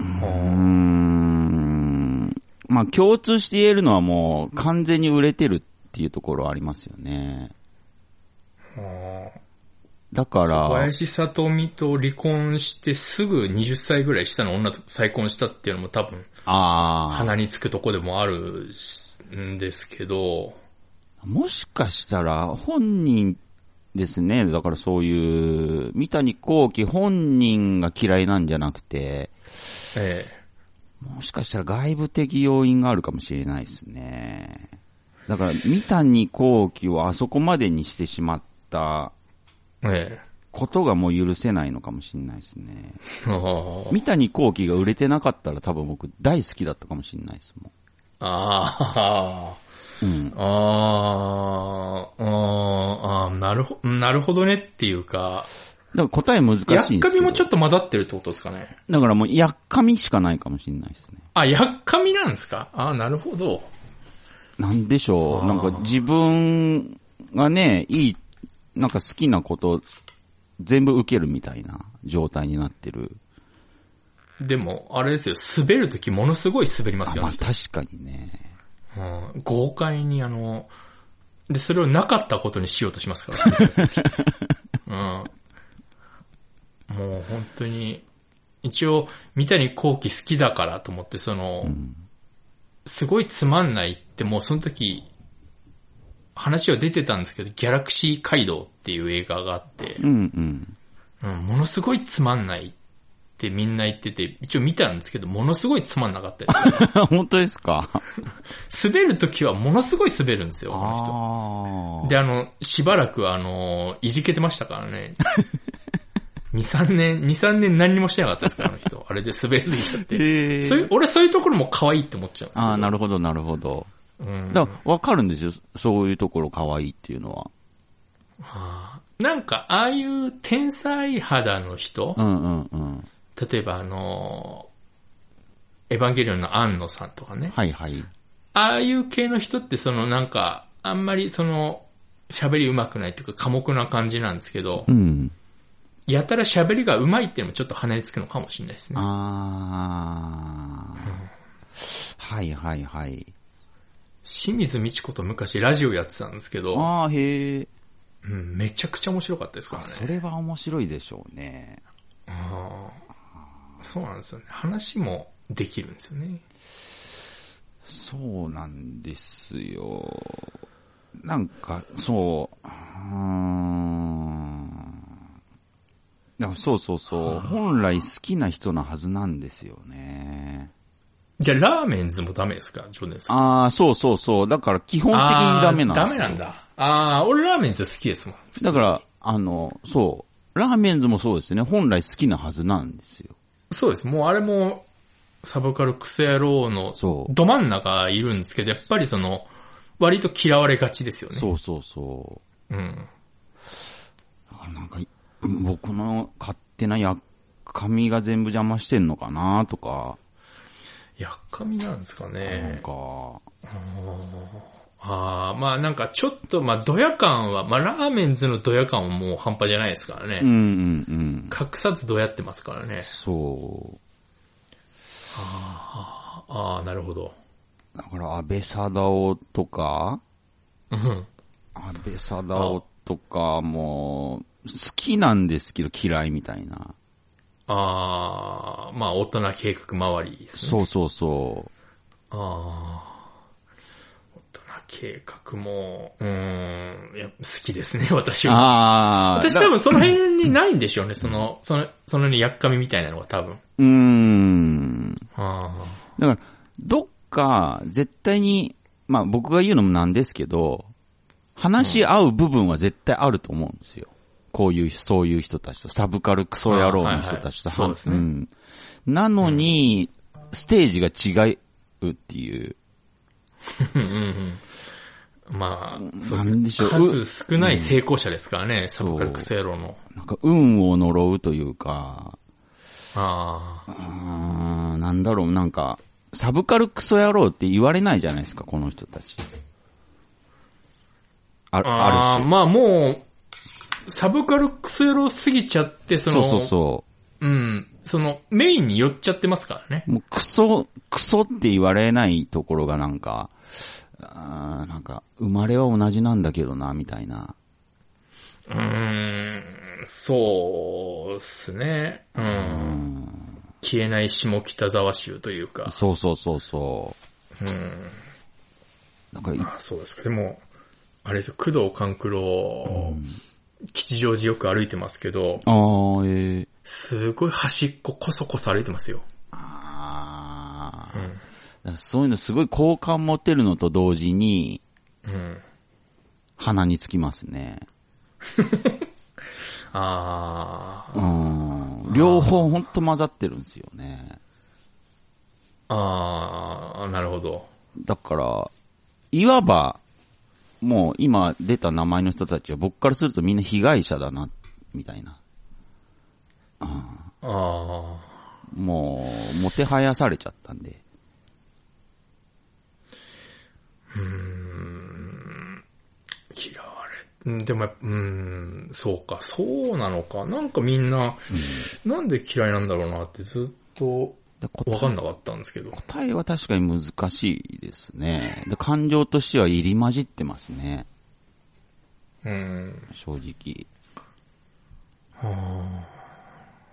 ん。まあ共通して言えるのはもう完全に売れてるっていうところはありますよね。あーだから、小林里美と離婚してすぐ20歳ぐらい下の女と再婚したっていうのも多分ああ、鼻につくとこでもあるしんですけど、もしかしたら本人ですね。だからそういう、三谷幸喜本人が嫌いなんじゃなくて、えもしかしたら外部的要因があるかもしれないですね。だから三谷幸喜をあそこまでにしてしまったえ、えことがもう許せないのかもしれないですね。え、あ三谷幸喜が売れてなかったら多分僕大好きだったかもしれないですもあ、ああ、ん。うん。あーあー、なるほ、なるほどねっていうか、だから答え難しいんでやすけど。っかみもちょっっと混ざってるってことですかね。と。だからもうやっかみしかないかもしれないですね。あ、やっかみなんですかあーなるほど。なんでしょう。あーなんか自分がね、いい、なんか好きなこと全部受けるみたいな状態になってる。でも、あれですよ、滑るときものすごい滑りますあよまあね。確かにね。うん、豪快にあの、で、それをなかったことにしようとします *laughs* から、うん。もう本当に、一応、三谷幸喜好きだからと思って、その、うん。すごいつまんないってもうその時、話は出てたんですけど、ギャラクシー街道っていう映画があって、うんうん。うん、ものすごいつまんないってみんな言ってて、一応見たんですけど、ものすごいつまんなかったで *laughs* 本当ですか *laughs* す。滑る時はものすごい滑るんですよ、このあ人。あ。で、あの、しばらくあの、いじけてましたか *laughs* らね。2、3年、2、3年何にもしてなかったですから、あ *laughs* の人。あれで滑りすぎちゃって。へえそういう、俺そういうところも可愛いって思っちゃうんですよ。ああ、なるほど、なるほど。うんだから、わかるんですよ。そういうところ可愛いっていうのは。はあなんか、ああいう天才肌の人、うんうんうん。例えばあの、エヴァンゲリオンの安野さんとかね。はいはい。ああいう系の人ってそのなんか、あんまりその、喋り上手くないっていうか寡黙な感じなんですけどう、ん。やたら喋りが上手いっていうのもちょっと鼻につくのかもしれないですね。ああ。はいはいはい。清水美智子と昔ラジオやってたんですけど、ああ、へえ。うん、めちゃくちゃ面白かったですからあね。それは面白いでしょうね。あーそうなんですよね。話もできるんですよね。そうなんですよ。なんか、そう、うーん。いやそうそうそう。本来好きな人のはずなんですよね。じゃあラーメンズもダメですかジョネさん。ああ、そうそうそう。だから基本的にダメなんあでーすダメよなんだ。ああ、俺ラーメンズ好きですもん。だから、あの、そう。ラーメンズもそうですね。本来好きなはずなんですよ。そうです。もうあれも、サブカルクセ野郎のそうど真ん中いるんですけど、やっぱりその、割と嫌われがちですよね。そうそうそう。うん。あなんか、僕の勝手なやっかみが全部邪魔してんのかなとか、やっかみなんですかなんね。か、ああ、まあなんかちょっと、まあドヤ感は、まあラーメンズのドヤ感はもう半端じゃないですからね。うんうんうん。隠さずドヤってますからね。そああ、なるほど。う。だから、安倍貞夫とか、うん。安倍貞夫とかも、好きなんですけど嫌いみたいな。ああ、まあ大人計画周りですね。そうそうそう。ああ。大人計画も、うーん、いや、好きですね、 *laughs* 私は。ああ。私だ多分その辺にないんでしょうね、その、その、そのね、やっかみみたいなのが多分。うーん。あだから、どっか、絶対に、まあ僕が言うのもなんですけど、話し合う部分は絶対あると思うんですよ。こういう、そういう人たちと、サブカルクソ野郎の人たちと。あはいはいそうですねんなのに、ステージが違うっていう。あ。うんうんうん。まあ、そうなんでですしょね。う数少ない成功者ですからね、サブカルクセロの。なんか、運を呪うというか、あうあ。ーん、なんだろう、なんか、サブカルクソ野郎って言われないじゃないですか、この人たち。ああああ、るまあもう、サブカルクセロすぎちゃって、そ種。の、そうそうそう。うん、その、メインに寄っちゃってますからね。もうクソ、クソって言われないところがなんか、あーなんか、生まれは同じなんだけどな、みたいな。うーん、そうっすね。う。うんん。消えない下北沢州というか。そうそうそうそうん。う。なんかい、あそうですか。でも、あれですよ、工藤官九郎、吉祥寺よく歩いてますけど、ああ、ええすごい端っここそこそ歩いてますよ。ああ。うだん。からそういうのすごい好感持てるのと同時に、うん。鼻につきますね。あうー。ん。両方ほんと混ざってるんですよね。あー、なるほど。だから、いわば、もう今出た名前の人たちは僕からするとみんな被害者だな、みたいな。あもう、もてはやされちゃったんで。ー、嫌われ。うんでもやっぱ、うん、そうか、そうなのか。なんかみんな、なんで嫌いなんだろうなってずっとで答わかんなかったんですけど。答えは確かに難しいですね。で感情としては入り混じってますね。うん。正直。あ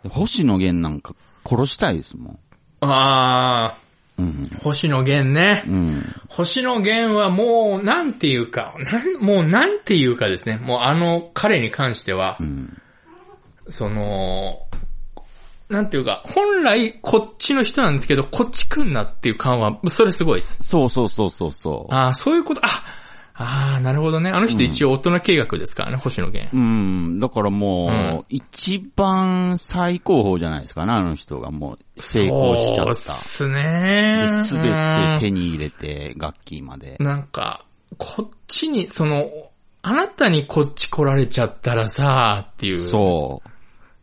で星野源なんか殺したいですもん。ーあうん。ー、星野源ね。うん。星野源はもう、なんていうか、なん、もうなんていうかですね。もうあの彼に関してはう、ん。その、なんていうか、本来こっちの人なんですけど、こっち来んなっていう感は、それすごいです。そうそうそうそうそああ、そういうこと、あああ、なるほどね。あの人一応大人計画ですからね、星野源う。。うん。だからもう、うん一番最高峰じゃないですかね、あの人がもう成功しちゃっそうたっ。すねで、ー。すべて手に入れて、楽器までう。んなんか、こっちに、その、あなたにこっち来られちゃったらさ、っていう。う。そ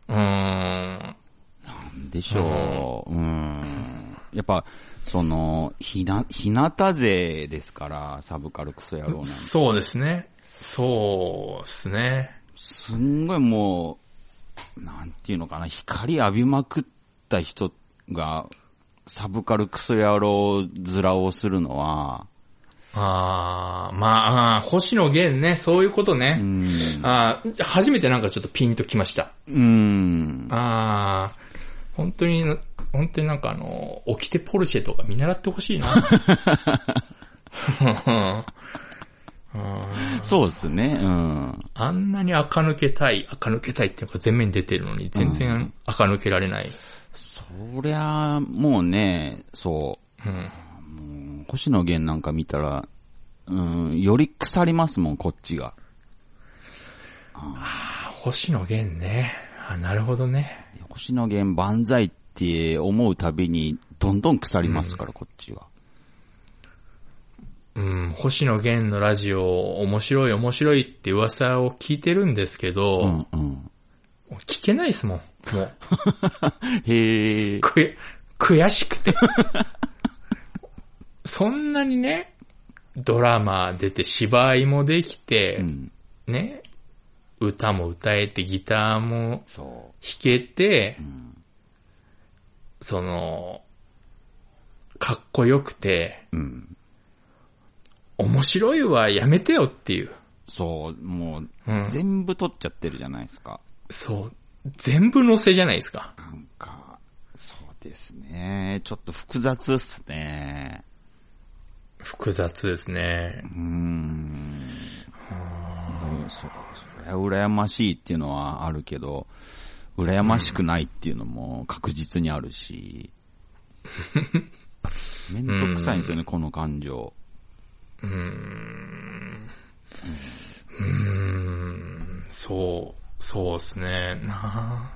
うーん。う。でしょう。うん。やっぱ、その、ひな、ひなた勢ですから、サブカルクソ野郎なんて。そうですね。そうですね。すんごいもう、なんていうのかな、光浴びまくった人が、サブカルクソ野郎面をするのは、ああ、まああー、星野源ね、そういうことうね。ん。あー初めてなんかちょっとピンときました。うん。ああ、本当に、本当になんかあの、起きてポルシェとか見習ってほしいな。 *laughs* うんそうですね、うん。あんなに垢抜けたい、垢抜けたいっていうのが全面に出てるのに、全う然垢抜けられない。そりゃ、もうね、そう。うん。うん星野源なんか見たら、うん、より腐りますもん、こっちが。あ星野源ね。あなるほどね。星野源万歳って思うたびに、どんどん腐りますから、こっちは。うん、星野源のラジオ、面白い面白いって噂を聞いてるんですけど、うん、うん。聞けないですもん。もう。へえ。くや、悔しくて。 *laughs* そんなにね、ドラマ出て芝居もできてう、ん。ね、歌も歌えてギターもそ弾けてう。う、ん。その、かっこよくて、うん。面白いはやめてよっていう。そう、もう、うん。全部取っちゃってるじゃないですか。そう。全部乗せじゃないですか。なんか、そうですね。ちょっと複雑っすね。複雑ですね。うーん。うんそそりゃ羨ましいっていうのはあるけど、羨ましくないっていうのも確実にある *laughs* し、めんどくさいんですよね、この感情。うーんうーんそう、そうですね。なあ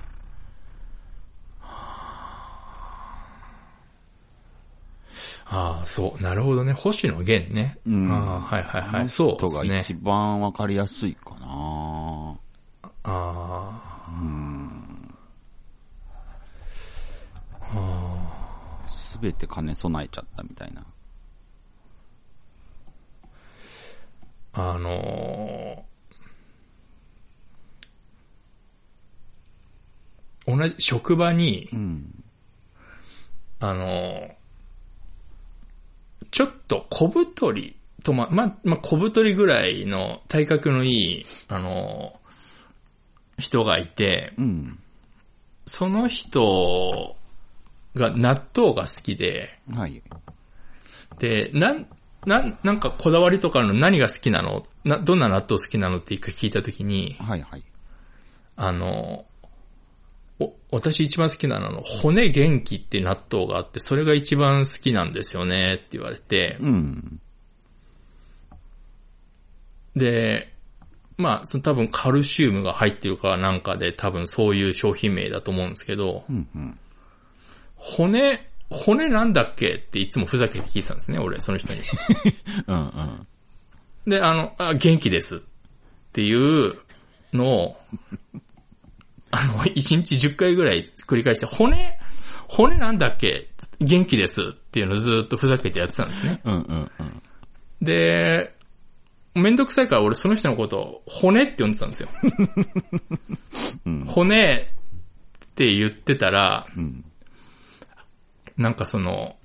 ああ、そう、なるほどね。星野源ね。うんああ、はいはいはい。そうとでがす一ね。番わかりやすいかなあすべて兼ね備えちゃったみたいな。あ、あのー同じ職場に、うん。あの、ちょっと小太りとま、ま、ま、小太りぐらいの体格のいい、あの、人がいて、うん。その人が納豆が好きで、はい。で、なん、なん、なんかこだわりとかあるの何が好きなのな、どんな納豆好きなのって一回聞いたときに、はいはい。あの、お、私一番好きなのはあの、骨元気って納豆があって、それが一番好きなんですよねって言われて、うん。で、まあ、その多分カルシウムが入ってるかなんかで多分そういう商品名だと思うんですけど、うんうん。骨、骨なんだっけっていつもふざけて聞いてたんですね、俺、その人に。うんうん。で、あの、あ、元気ですっていうのを、あの、1日10回ぐらい繰り返して、骨、骨なんだっけ元気ですっていうのをずっとふざけてやってたんですね。うんうんうん。で、めんどくさいから俺その人のことを骨って呼んでたんですよ。うん骨って言ってたら、うん。なんかその、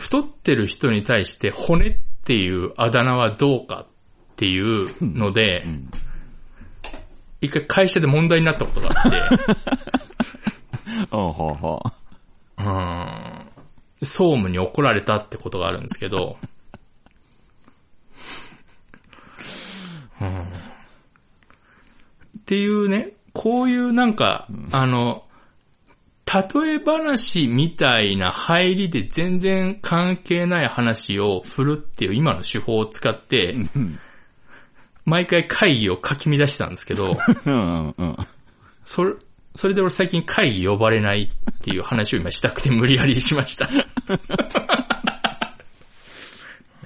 太ってる人に対して骨っていうあだ名はどうかっていうので、うん。一回会社で問題になったことがあって、おうほうほうーん、総務に怒られたってことがあるんですけど、うん、っていうね、こういうなんか、あの、例え話みたいな入りで全然関係ない話を振るっていう今の手法を使ってう。う、ん毎回会議をかき乱したんですけど、うんうん。それ、それで俺最近会議呼ばれないっていう話を今したくて無理やりしました。う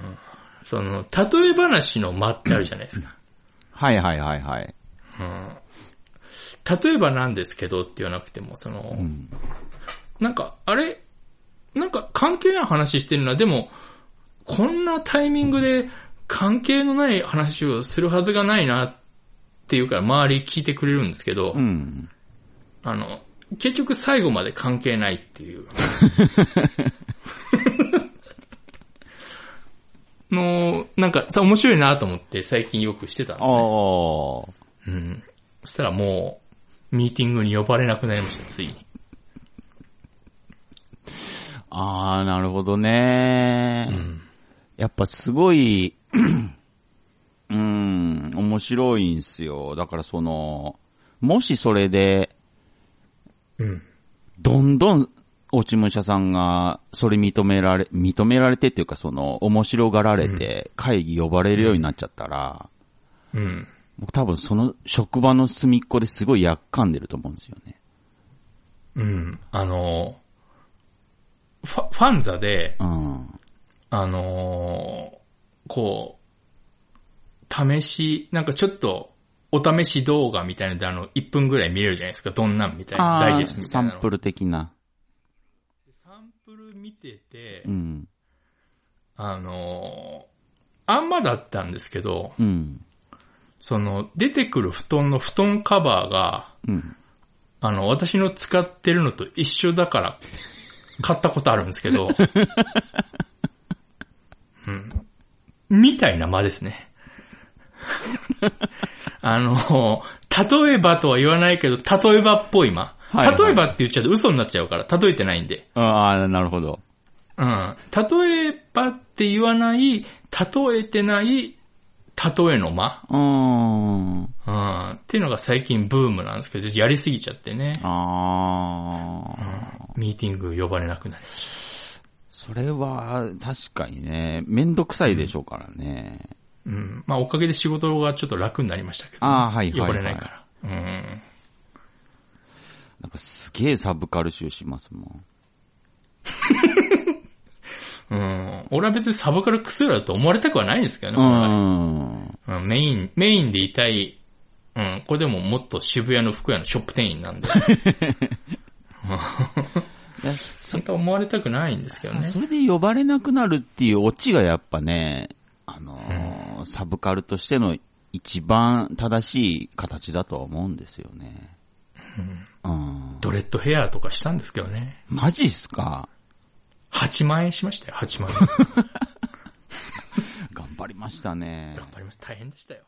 んその、例え話の間ってあるじゃないですか。はいはいはいはい。うん、例えばなんですけどって言わなくても、その、うん。なんか、あれ、なんか関係ない話してるな、でも、こんなタイミングで関係のない話をするはずがないなっていうから周り聞いてくれるんですけど、うん。あの、結局最後まで関係ないって *laughs* いう。の、なんかさ、面白いなと思って最近よくしてたんですね。おー。うん。そしたらもう、ミーティングに呼ばれなくなりました、ついに。あー、なるほどね、うん。やっぱすごい、うん、面白いんすよ。だからその、もしそれで、うん。どんどん、落ち武者さんが、それ認められ、認められてっていうか、その、面白がられて、会議呼ばれるようになっちゃったら、うん。僕多分その職場の隅っこですごいやっかんでると思うんですよね。うん。あの、ファ、ファンザで、うん。あのーこう、試し、なんかちょっと、お試し動画みたいなので、あの、1分ぐらい見れるじゃないですか。どんなんみたいな。ダイジェストみたサいなの。ンプル的な。サンプル見てて、うん。あのーあんまだったんですけど、うん。その、出てくる布団の布団カバーが、うん。あの、私の使ってるのと一緒だから、買ったことあるんです *laughs* けど、うん。みたいな間ですね。 *laughs* あの、例えばとは言わないけど、例えばっぽい間。はいはい例えばって言っちゃうと嘘になっちゃうから、例えてないんで。ああ、なるほど。うん。例えばって言わない、例えてない、例えの間。うーん。うん。っていうのが最近ブームなんですけど、やりすぎちゃってね。ああ。ミーティング呼ばれなくなりましそれは、確かにね、めんどくさいでしょうからね。た。うん。まあ、おかげで仕事がちょっと楽になりましたけど、ああはいはいはい呼ばれないから。うん。なんかすげえサブカル集しますもん。うん。俺は別にサブカルクスラだと思われたくはないんですけどうね。ん。うんメイン、メインでいたい。うん。これでももっと渋谷の服屋のショップ店 *laughs* 員なんで。いやそんな思われたくないんですけどねそ。れで呼ばれなくなるっていうオチがやっぱね、あのーサブカルとしての一番正しい形だとは思うんですよね。うん。ドレッドヘアとかしたんですけどね。マジっすか8万円しましたよ、8万円。 *laughs* 頑張りましたね。頑張ります。大変でしたよ。